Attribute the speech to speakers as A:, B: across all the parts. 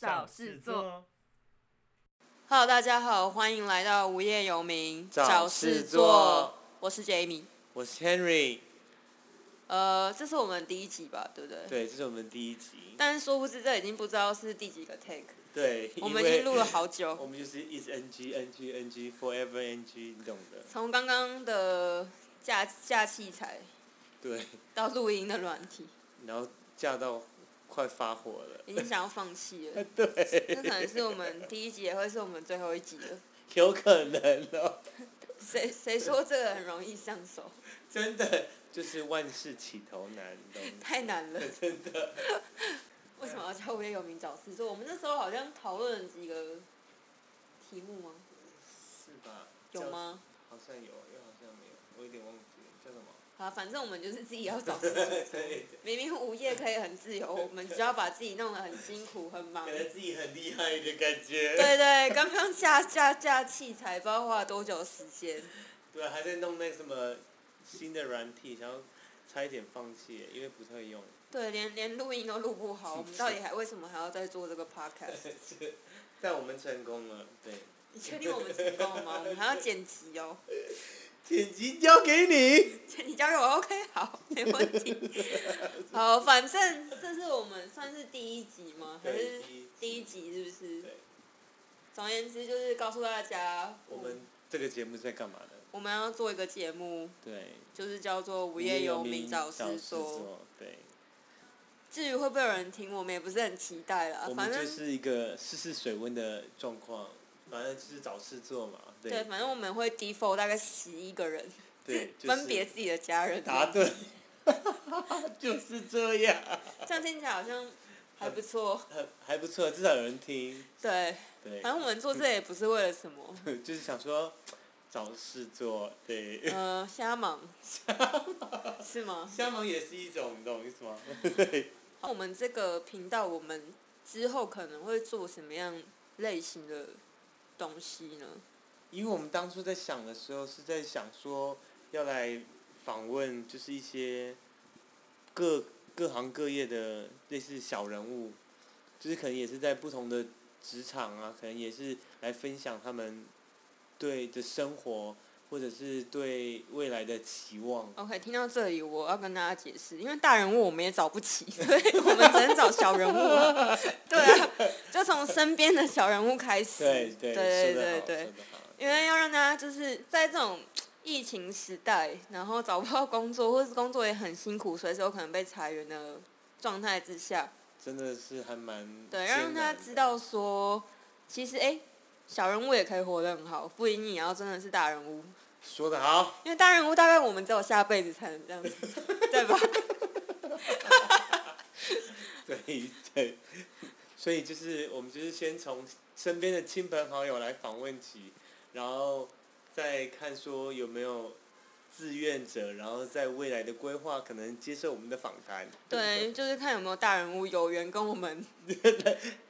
A: 找事做。
B: Hello，大家好，欢迎来到无业游民
C: 找事做，
B: 我是 Jamie。
C: 我是 Henry，
B: 呃，这是我们第一集吧，对不对？。
C: 对，这是我们第一集。
B: 但是殊不知，这已经不知道是第几个 take，
C: 对，
B: 我们已
C: 因为
B: 经录了好
C: 我
B: 久。
C: 们就是一直 NG NG NG forever NG，你懂的。
B: 从刚刚的架架器材
C: 对，
B: 到录音的软体，
C: 然后嫁到快发火了，
B: 已经想要放弃了。这可能是我们第一集，也会是我们最后一集了。
C: 有可能哦，
B: 谁谁说这个很容易上手？
C: 真的就是万事起头难，你懂 的。
B: 太难了，真的。 为什么要叫无业游民找事做？我们那时候好像讨论了几个题目吗？
C: 是吧？
B: 有？吗？
C: 好像有，又好像没有，我有点忘记了，叫什么？
B: 好，反正我们就是自己要找 事做。
C: 对，
B: 明明无业可以很自由，我们只要把自己弄得很辛苦、很忙。
C: 感觉自己很厉害的感觉。
B: 对对，刚刚架架架器材，不知道花了多久时间。
C: 对，啊还在弄那什么新的软体，然后差一点放弃，因为不太会用。
B: 对，连连录音都录不好，我们到底还为什么还要再做这个 podcast？
C: 但我们成功了，对。
B: 你确定我们成功了吗？我们还要剪辑哦。
C: 剪辑交给你。
B: 你交给我 OK 好，没问题。好，反正这是我们算是第一集吗？还
C: 对
B: 是
C: 第一集
B: 第一集是不是
C: 对？
B: 总而言之，就是告诉大家，
C: 我们这个节目是在干嘛的？
B: 我们要做一个节目，
C: 对，
B: 就是叫做《无
C: 无
B: 业游
C: 民
B: 民找事
C: 事
B: 做》。
C: 做。对，
B: 至于会不会有人听，我们也不是很期待啦
C: 我。
B: 啊反
C: 们
B: 正、
C: 就是一个试试水温的状况，反正就是找事做嘛。
B: 对，
C: 对
B: 反正我们会 default 大概十一个人，
C: 对，就是
B: 分别自己的家人。
C: 答对， 就是这样，
B: 这样听起来好像还不错。
C: 还还不错，至少有人听。
B: 对，
C: 对，
B: 反正我们做这也不是为了什么，
C: 就是想说找事做，对。
B: 呃，瞎忙，是吗？
C: 瞎忙也是一种，你懂我意思吗？对，
B: 我们这个频道，我们之后可能会做什么样类型的东西呢？
C: 因为我们当初在想的时候，是在想说要来访问，就是一些各各行各业的类似小人物，就是可能也是在不同的职场啊，可能也是来分享他们对的生活，或者是对未来的期望。
B: OK，听到这里，我要跟大家解释，因为大人物我们也找不起， 所以我们只能找小人物、啊。 对啊，就从身边的小人物开始。
C: 对
B: 对对
C: 对，
B: 对
C: 说得好
B: 对
C: 说得好
B: 因为要让大家就是在这种疫情时代，然后找不到工作，或是工作也很辛苦，随时有可能被裁员的状态之下，
C: 真的是还蛮
B: 对，
C: 艰
B: 让大
C: 难
B: 家
C: 的
B: 知道说，其实哎、诶小人物也可以活得很好，不一定你要真的是大人物，
C: 说的好，
B: 因为大人物大概我们只有下辈子才能这样子， 对吧？
C: 对对，所以就是我们就是先从身边的亲朋好友来访问起，然后再看说有没有志愿者，然后在未来的规划可能接受我们的访谈，
B: 对，就是看有没有大人物有缘跟我们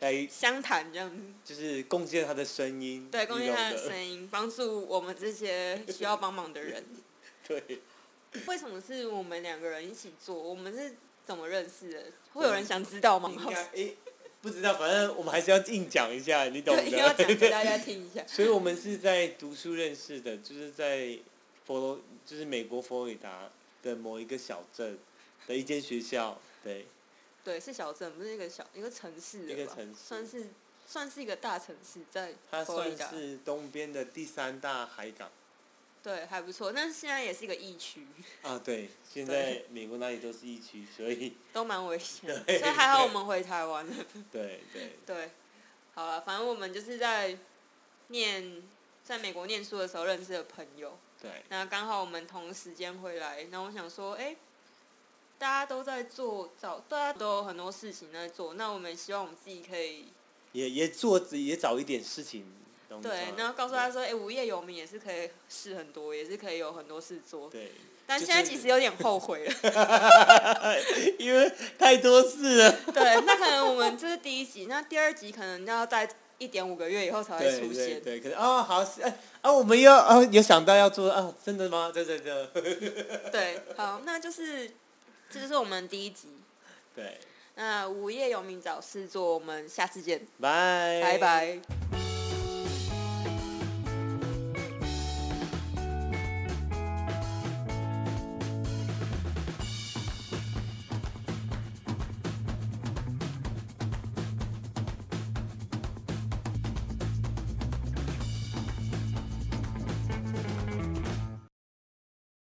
C: 来
B: 相谈这样子，
C: 就是贡献他的声音，
B: 对，贡献他的
C: 音，
B: 声音，帮助我们这些需要帮忙的 人。
C: 对，
B: 为什么是我们两个人一起做？我们是怎么认识的？会有人想知道吗？
C: 应该诶、不知道，反正我们还是要硬讲一下，你懂
B: 对，一定 要讲
C: 的。
B: 给大家听一下。
C: 所以我们是在读书认识的，就是在佛罗，就是美国佛罗里达的某一个小镇的一间学校，对。
B: 对，是小镇，不是一个小一个城市的吧，
C: 一个城市
B: 算是算是一个大城市，在
C: 它
B: 佛罗里
C: 算
B: 达，
C: 是东边的第三大海港
B: 对，还不错。但是现在也是一个疫区，
C: 啊，对，现在
B: 对
C: 美国那里都是疫区，所以
B: 都蛮危险的，
C: 对
B: 所以还好我们回台湾了。
C: 对对
B: 对，好了，反正我们就是在念在美国念书的时候认识的朋友，
C: 对，
B: 那刚好我们同时间回来，那我想说，哎、大家都在做，找大家都有很多事情在做，那我们希望我们自己可以
C: 也也做也找一点事情，啊懂我意思
B: 对
C: 吗，
B: 然后告诉
C: 嗯
B: 他，说，哎、无业游民也是可以事很多，也是可以有很多事做。
C: 对，
B: 但
C: 就
B: 现在
C: 是
B: 其实有点后悔了。
C: 对因为太多事了，
B: 对，那可能我们这是第一集，那第二集可能要在一点五个月以后才会
C: 对
B: 出
C: 对
B: 现。
C: 对，可是哦，好是哎啊，我们又啊有想到要做啊，真的吗？对对 对，
B: 对好，那就是这就是我们第一集。
C: 对，
B: 那午夜有名找事做，我们下次见，
C: 拜哎
B: 拜拜。